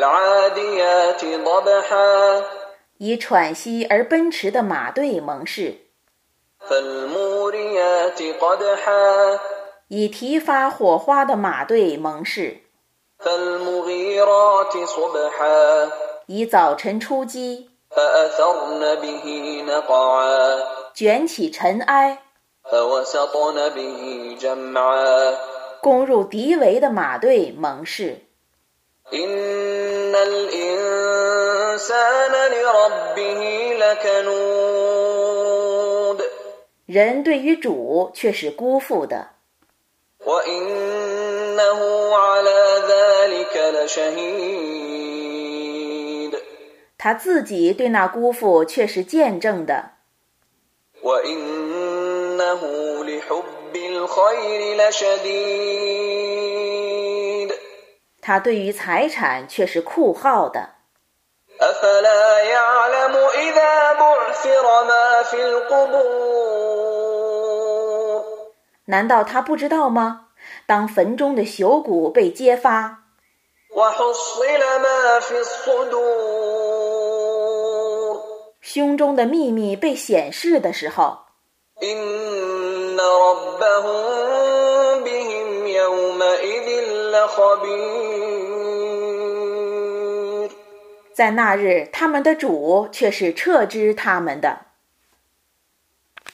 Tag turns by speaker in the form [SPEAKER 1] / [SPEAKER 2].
[SPEAKER 1] والعاديات ضبحا
[SPEAKER 2] 以喘息而奔驰的马队盟誓，
[SPEAKER 1] فالموريات قدحا
[SPEAKER 2] 以提发火花的马队盟誓，
[SPEAKER 1] فالمغيرات صبحا
[SPEAKER 2] 以早晨出击，
[SPEAKER 1] فأثرن به نقعا
[SPEAKER 2] 卷起尘埃，
[SPEAKER 1] فوسطن به جمعا
[SPEAKER 2] 攻入敌围的马队盟誓。
[SPEAKER 1] إن الإنسان لربه لكنود
[SPEAKER 2] 人对于主却是辜负的，
[SPEAKER 1] وإنه على ذلك لشهيد
[SPEAKER 2] 他自己对那辜负却是见证的。
[SPEAKER 1] وإنه لحب الخير لشديد
[SPEAKER 2] 他对于财产却是酷好的。
[SPEAKER 1] أفلا يعلم إذا بعثر ما في القبور
[SPEAKER 2] 难道他不知道吗？当坟中的朽骨被揭发，
[SPEAKER 1] وحصل ما في الصدور
[SPEAKER 2] 胸中的秘密被显示的时候，
[SPEAKER 1] إن ربهم بهم يومئذ لخبير
[SPEAKER 2] 在那日他们的主却是撤知他们的。